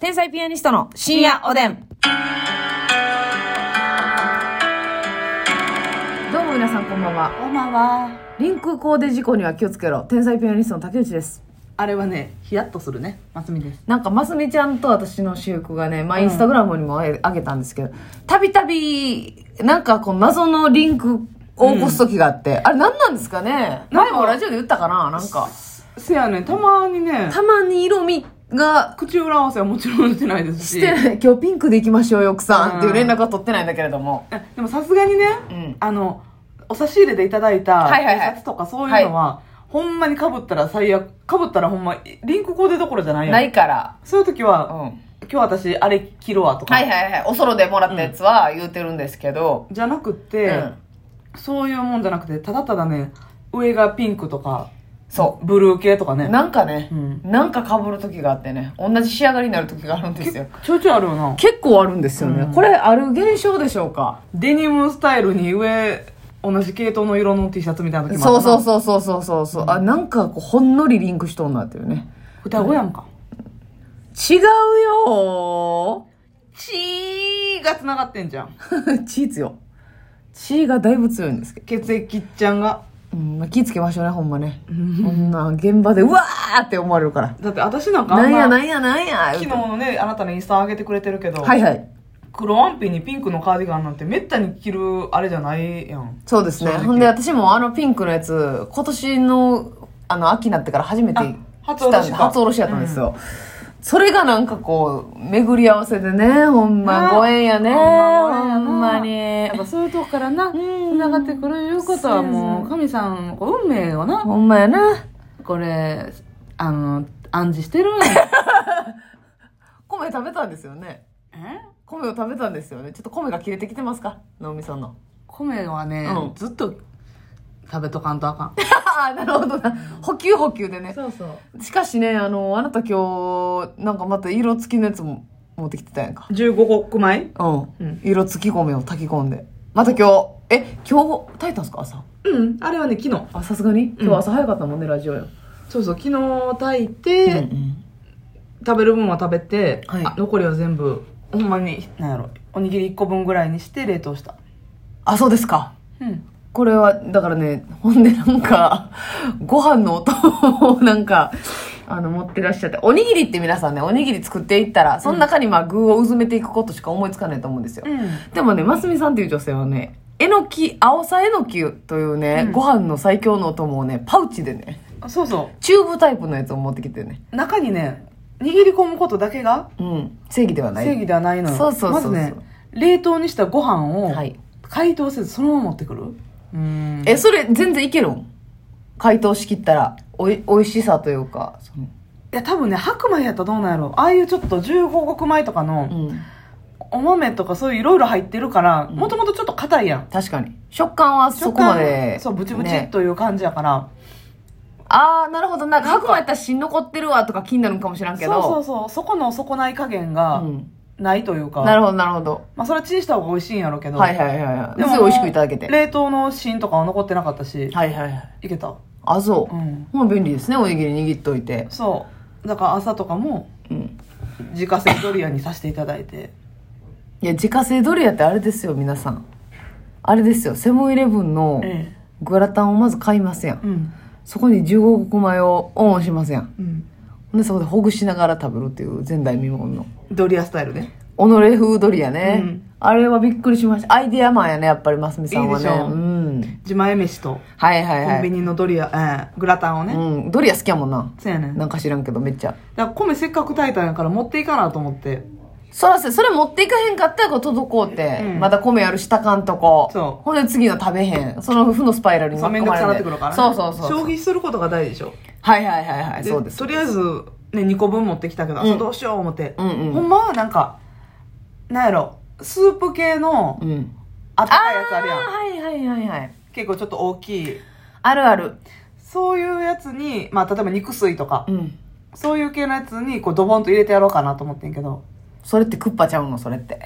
天才ピアニストの深夜おでん。どうも皆さんこんばんは。こんばんは。リンクコーデ事故には気をつけろ。天才ピアニストの竹内です。あれはね、ヒヤッとするね。マスミです。なんか、ますみちゃんと私の私服がね、まあ、インスタグラムにもあげあげたんですけど、たびたび、なんかこう、謎のリンクを起こす時があって、あれ何なんですかね前もラジオで言ったかななんか。せやね、たまにね、たまに色味が口裏合わせはもちろんしてないですしし。てない。今日ピンクで行きましょうよ、奥さん。うんっていう連絡は取ってないんだけれども。えでもさすがにね、うんあの、お差し入れでいただいた、はいはいはいシャツとかそういうのは、ほんまに被ったら最悪、被ったらほんま、リンクコーデどころじゃないやんないから。そういう時うん。は、は今日私あれ着るわとか、いはいはい。おそろでもらったやつは言うてるんですけど。じゃなくって、うんそういうもんじゃなくて、ただただね、上がピンクとか、そブルー系とかう。ね。なんかね、うんなんか被る時があってね、同じ仕上がりになる時があるんですよ。ちょいちょいあるよな。結構あるんですよね、うんこれある現象でしょうかデニムスタイルに上、同じ系統の色の T シャツみたいな時もあそっうたなそうそうそうそうそうそうあなんかこうほんのりリンクしとんなっていうね双子やんか。違うよチーが繋がってんじゃん。ー 血強血がだいぶ強いんですけど、血液っちゃんが。うんまあ、気つけましょうねほんまねこんな現場でうわーって思われるからだって私なんかあなんんやなな、んやなんや昨日のね、あなたのインスタ上げてくれてるけど、はいはい黒ワンピにピンクのカーディガンなんてめったに着るあれじゃないやん。そうですね正直ほんで私もあのピンクのやつ今年のあの秋になってから初めてあ来たん初おろでしか初おろしやったんですよ、それがなんかこう巡り合わせでねほんまなご縁やねほんまご縁ほやなんまにやっぱそういうとこからな、ん繋がってくるいうことはもう、神さんの運命よな。ほんまやなこれ、あの、暗示してるんや。米食べたんですよねえ米を食べたんですよねちょっと米が切れてきてますか脳みその米はね、うんずっと食べとかんとあかん。ああなるほどな補給補給でねそうそう。しかしねあのあなた今日なんかまた色付きのやつも持ってきてたやんか15個前うんうん。色付き米を炊き込んで。また今日、え、今日炊いたんですか朝。うん。あれはね、昨日。あ、さすがに今日朝早かったもんね、ラジオよ。そうそう、昨日炊いうんて、食べる分は食べて、はいあ残りは全部、ほんまに、なんやろ、おにぎり1個分ぐらいにして冷凍した。あ、そうですか。うん。これは、だからね、ほんでなんか、 ご飯の音をなんか、あの、持ってらっしゃって。おにぎりって皆さんね、おにぎり作っていったら、その中にまあ具をうずめていくことしか思いつかないと思うんですよ。うん。でもね、ますみさんっていう女性はね、えのき、青さえのきというね、うんご飯の最強のお供をね、パウチでね、あそうそチューブタイプのやつを持ってきてね。う。中にね、握り込むことだけがうん。正義ではない。正義ではないのよ。そうそうそうそうまずね、冷凍にしたご飯をはい、解凍せずそのまま持ってくる。うんえそれ全然いけるん解凍しきったらおいおいしさというかそのいや多分ね白米やったらどうなんやろああいうちょっと15穀米とかのうんお豆とかそういういろいろ入ってるからもともとちょっと硬いやん確かに食感はそこまでそうブチブチっねという感じやから、ああなるほどなんか白米やったら芯残ってるわとか気になるんかもしらんけそうどそうそうそこの底ない加減がうん、ないというか、なるほどなるほどまあそれはチンした方が美味しいんやろうけどはいはいはいはいで別もに美味しくいただけて冷凍の芯とかは残ってなかったしはいはいはいいけたあそうう、んもう便利ですねおにぎり握っといてそうだから朝とかもうん自家製ドリアにさせていただいていや自家製ドリアってあれですよ皆さんあれですよセブンイレブンのえグラタンをまず買いますやん、えうんそこに15穀米をオンしますやんうんでそこでほぐしながら食べるっていう前代未聞のドリアスタイルね己フードリやね、うんあれはびっくりしましたアイデアマンやねやっぱりますみさんはねいいでしょうん自前飯とはいはいコはンビいニのドリア、えーグラタンをね、うん、ドリア好きやもんなそうやねんなんか知らんけどめっちゃだから米せっかく炊いたんやから持っていかなと思ってそらせそれ持っていかへんかったらこう滞って、うんまた米あるしたかんとこそうほんで次の食べへんその負のスパイラルにそう巻めきん込どくまされなってくるから、ね、そうそうそう消費することが大事でしょはいはいはいはいそうですとりあえず、ね、2個分持ってきたけど、うんどうしよう思って、うんうんほんまはなんかなんやろスープ系のうんあったあかいやつあるやーはんいはいはいはい結構ちょっと大きいあるあるそういうやつに、まあ、例えば肉水とか、うんそういう系のやつにこうドボンと入れてやろうかなと思ってんけどそれってクッパちゃうのそれって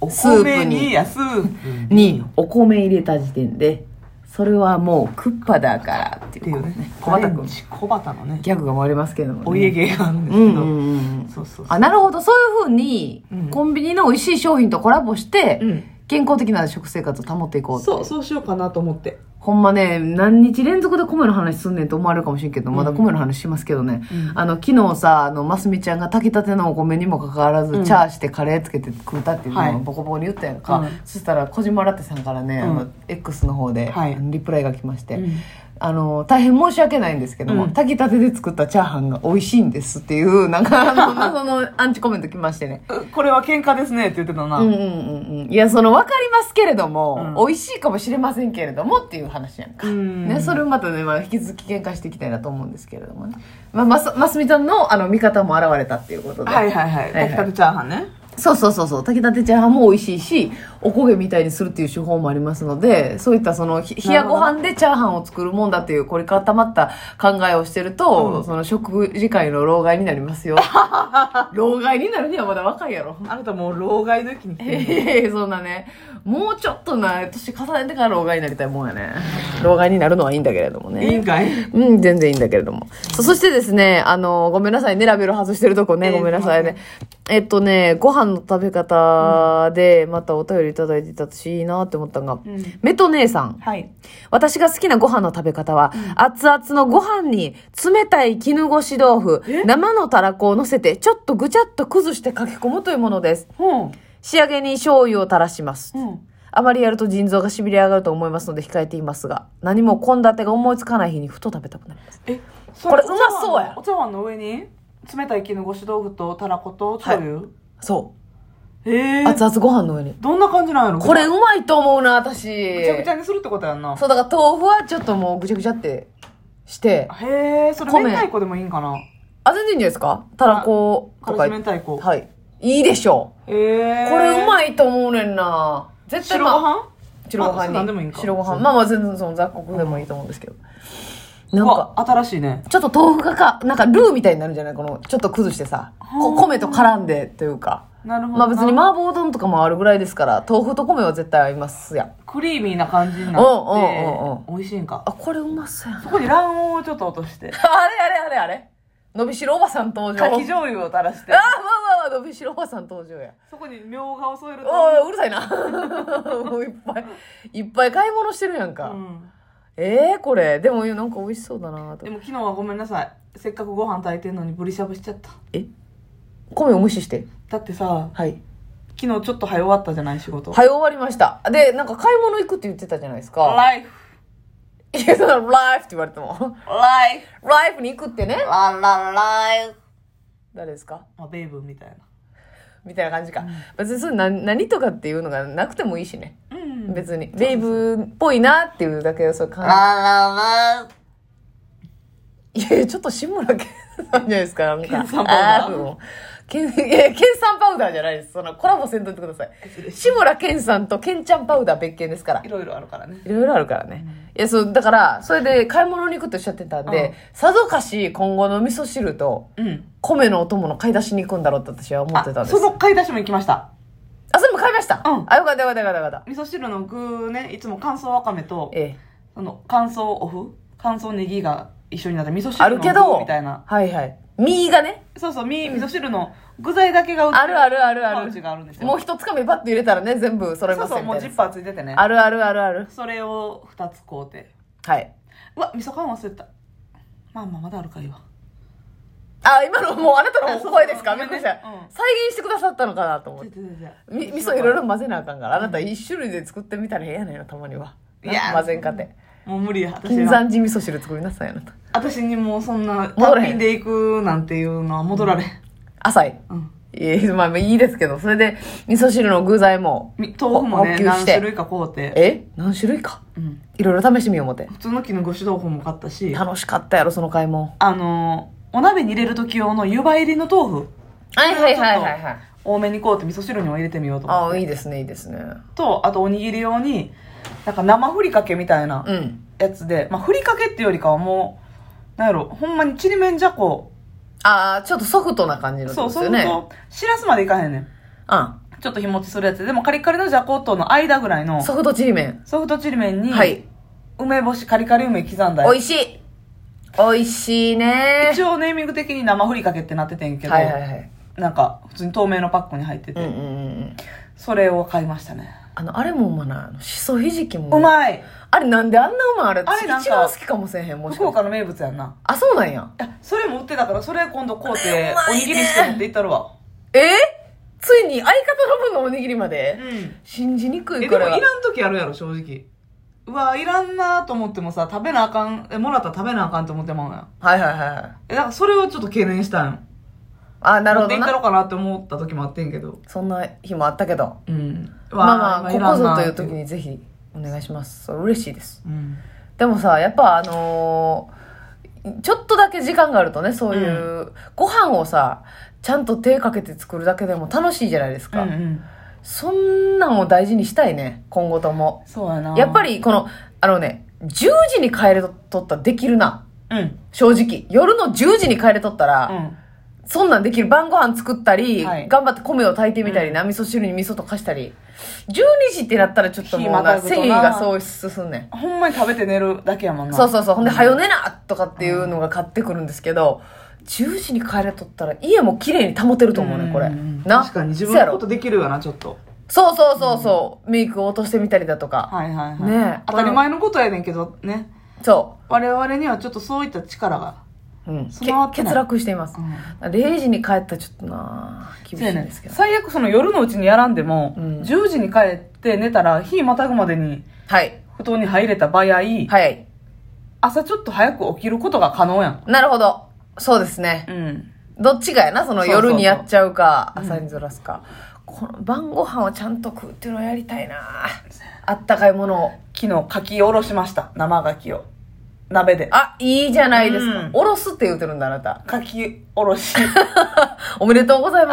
おスープに米にいやスープにお米入れた時点でそれはもうクッパだからってっていいううねね小畑君アレンジ小畑のねギャグが回りますけども、ね、お家芸があるんですうけんうど、んうんそうそうそうあなるほどそういうふうに、うんコンビニの美味しい商品とコラボして、うん健康的な食生活を保っていこうってそうそうしようかなと思ってほんまね、何日連続で米の話すんねんと思われるかもしれんけど、まだ米の話しますけどね。うんあの、昨日さ、あの、ますみちゃんが炊きたてのお米にもかかわらず、うんチャーしてカレーつけて食うたっていうはいのをボコボコに言ったやんか。うんそしたら、小島ラテさんからね、あのうん、 X の方で、はいあのリプライが来まして、うんあの、大変申し訳ないんですけども、うん炊きたてで作ったチャーハンが美味しいんですっていう、なん か、あの、謎のアンチコメント来ましてね。これは喧嘩ですねって言ってたな、うんうんうんうん。いや、その、わかりますけれども、うん美味しいかもしれませんけれどもっていう話やんか。うんね、それをまたね、まあ、引き続き喧嘩していきたいなと思うんですけれどもね。まあ、ます、ますみちゃんの、あの、味方も現れたっていうことで。はいはいははいいはい炊きたてチャーハンねそうそうそうそう。炊きたてチャーハンも美味しいし、おこげみたいにするっていう手法もありますので、そういったその、ひ冷やご飯でチャーハンを作るもんだっていう、これ固まった考えをしてると、うんその、食事会の老害になります よ。老害になるにはまだ若いやろ。あなたもう老害の域に来てるええ そんなねもうちょっとな年重ねてから老害になりたいもんやね老害になるのはいいんだけれどもいいんねかいうん、全然いいんだけれども。そうそしてですね、あの、ごめんなさいね、ラベル外してるとこね、ええごめんなさいね。えっとね、ご飯の食べ方で、またお便りいただいてたし、いいなって思ったのが、んメト姉さん。はい私が好きなご飯の食べ方は、熱々のご飯に冷たい絹ごし豆腐え、生のたらこを乗せて、ちょっとぐちゃっと崩してかき込むというものです。うん仕上げに醤油を垂らします。うんあまりやると腎臓が痺れ上がると思いますので控えていますが、何も献立が思いつかない日にふと食べたくなります。えこれうまそうやお茶碗のお茶碗の上に冷たい絹ごし豆腐とたらこと醤油、そええう。熱々ご飯の上に。どんな感じなんやろこれうぐまいと思うな、私。ちゃぐちゃにするってことやんなそう、だから豆腐はちょっともうぐちゃぐちゃってして。へえそれ米明太子でもいいんかなあ、全然いいんじゃないですかたらことからかし。明太子はい。いいでしょへえう。これういまいと思うねんな。絶対白まあご飯白ご飯あそに。うなんでもいいんか白ご飯。そうまあまあ全然その雑穀でもいいと思うんですけど。なんうか。わ新しいねちょっと豆腐がか、なんかルーみたいになるんじゃないこの、ちょっと崩してさ、こ米と絡んでというか。なるほどまあ別にな麻婆丼とかもあるぐらいですから、豆腐と米は絶対合いますやん。クリーミーな感じになうんうんうんって美味しいんかあ、これうまそうやん。あ そこに卵黄をちょっと落としてれあれあれあれ伸びしろおばさん登場。あかー、きま醤油を垂らしてあまあまあ、伸びしろおばさん登場や。そこにみょうがを添えるとおい、うるさいな。 もういっぱい、いっぱい買い物してるやんか。うんええー、これ。でもなんか美味しそうだなとで。も昨日はごめんなさいせっかくご飯炊いてんのにぶりしゃぶしちゃった米を無視して。だってさはい。昨日ちょっと早終わったじゃない仕事はい、終わりました。で、なんか買い物行くって言ってたじゃないですか。ライフ いや、その、ライフって言われても。ライフライフに行くってね。ララライフ誰ですかまあベイブみたいなみたいな感じか。別にそれ何何とかっていうのがなくてもいいしね。うん別に。ベイブっぽいなっていうだけで、そういう感ララじ。いや、ちょっと志村けんさんじゃないですか。なんか。ケンさんパウダーあもうケン、いや、ケンさんパウダーじゃないです。その、コラボせんといてください。志村けんさんとケンちゃんパウダー別件ですからい。ろいろあるからねいろいろあるからね。いや、そう、だから、それで買い物に行くとおっしゃってたんで、さぞかし今後の味噌汁と、うん米のお供の買い出しに行くんだろうって私は思ってたんあです。あ、そその買い出しも行きましたれも買いました。うんあ、よかったよかったよかったよかった。味噌汁の具ねいつも乾燥わかめとええ。その乾燥おふ乾燥ネギが一緒になって味噌あ汁るのけど、具みたいなはいはい。右がね、そうそうみ味噌汁の具材だけが売ってあるあるあるあパウチる。があるんですよもう一つかみパッと入れたらね、全部揃いそうますよそうみもたういジなッパーついててねあるあるあるある。それを2つ買うてはい。うわ味噌缶忘れてたまあまあまだあるかいわあ、今のもうあなたのお声ですかあびそうっそうくりした。うん再現してくださったのかなと思って。み味噌いろいろ混ぜなあかんから、あなた一種類で作ってみたらええやねんよ、たまには。いやなんか混ぜんかて。もう無理や私金は山寺味噌汁作りなさい、あなた。私にもうそんな戻らへん単品で行くなんていうのは戻られん、浅い。うんええまあまあいいですけど、それで味噌汁の具材も、み豆腐もね補給し何て種類か買うて、え何種類か。うん、いろいろ試してみよう思って。普通の絹ごし豆腐も買ったし楽しかったやろ、その買い物。あのお鍋に入れる時用の湯葉入りの豆腐はいはいいははいいははいいはい。多めにこうって味噌汁にも入れてみようとあ思っあ、ていいですね、いいですね。とあとおにぎり用になんか生ふりかけみたいなうん。やつで、まあふりかけっていうよりかはもうなんやろほんまにちりめんじゃこああ、ちょっとソフトな感じのってそこうとそですうよすね。るとしらすまでいかへんねんちょっと日持ちするやつででもカリカリのじゃことの間ぐらいうん。のソフトちりめん。ソフトちりめんにはい。梅干し、カリカリ梅刻んだやつ美味しい美味しいね一応ネーミング的に生ふりかけってなっててんけど、はいはいはいなんか普通に透明のパックに入ってうて、んうんうんうんそれを買いましたね。あのあれもうまないあのしそひじきもうまいあれなんであんなうまいあれあれなんか一番好きかもせえへんもしか福して岡の名物やんな。あそうなんやいや、それも売ってたから、それ今度買ううて、まおいねにぎりして持っていったるわ。えついに相方の分のおにぎりまで、うん。信じにくえ、いでかもらいらん時あるやろ、正直。うわ、いらんなと思ってもさ、食べなあかん、え、もらったら食べなあかんと思ってまうやん。はいはいはいえ、だからそれをちょっと懸念したんよ。あなるほ持っどていったなろかなって思った時もあってんけど。そんな日もあったけどうん。うわまあまあいこらこんなぞとあいう時にぜひお願いしますそう嬉しいですうん。でもさやっぱあのーちょっとだけ時間があるとねそういう、ご飯をさちゃんと手かけて作るだけでも楽しいじゃないですうんか、うん。そんなんを大事にしたいね今後ともそうやなやっぱ、りこのあのね10時に帰れとったらできるなうん。うん。正直夜の10時に帰れとったら、そんなんできる晩ご飯作ったり、はい頑張って米を炊いてみたりな、味噌汁に味噌とかしたり12時ってなったらちょっともうな日またぐとな繊維がそう進んねんほんまに食べて寝るだけやもんな。そうそうそう。ほんで、はよ寝なとかっていうのが買ってくるんですけど、10時に帰れとったら家も綺麗に保てると思うね、これ。んな。確かに自せ分やのころとできるよな、ちょっと。そうそうそうそう。メイクを落としてみたりだとか。はいはいはい。ねえ当たり前のことやねんけどね。そ我々にはちょっとそういった力が。う。うん。け備わってない欠落していますう。ん。 0時に帰ったらちょっとな厳しいんですけど。最悪その夜のうちにやらんでも、うん10時に帰って寝たら、日またぐまでにはい。布団に入れた場合、早い。朝ちょっと早く起きることが可能やん。なるほど。そうですね。うん。どっちがやな、そのそうそうそう夜にやっちゃうか、朝にずらすか。この晩ご飯をちゃんと食うっていうのをやりたいなあったかいものを。昨日、柿おろしました。生柿を。鍋で。あ、いいじゃないですうかん。おろすって言うてるんだ、あなた。柿おろし。おめでとうございます。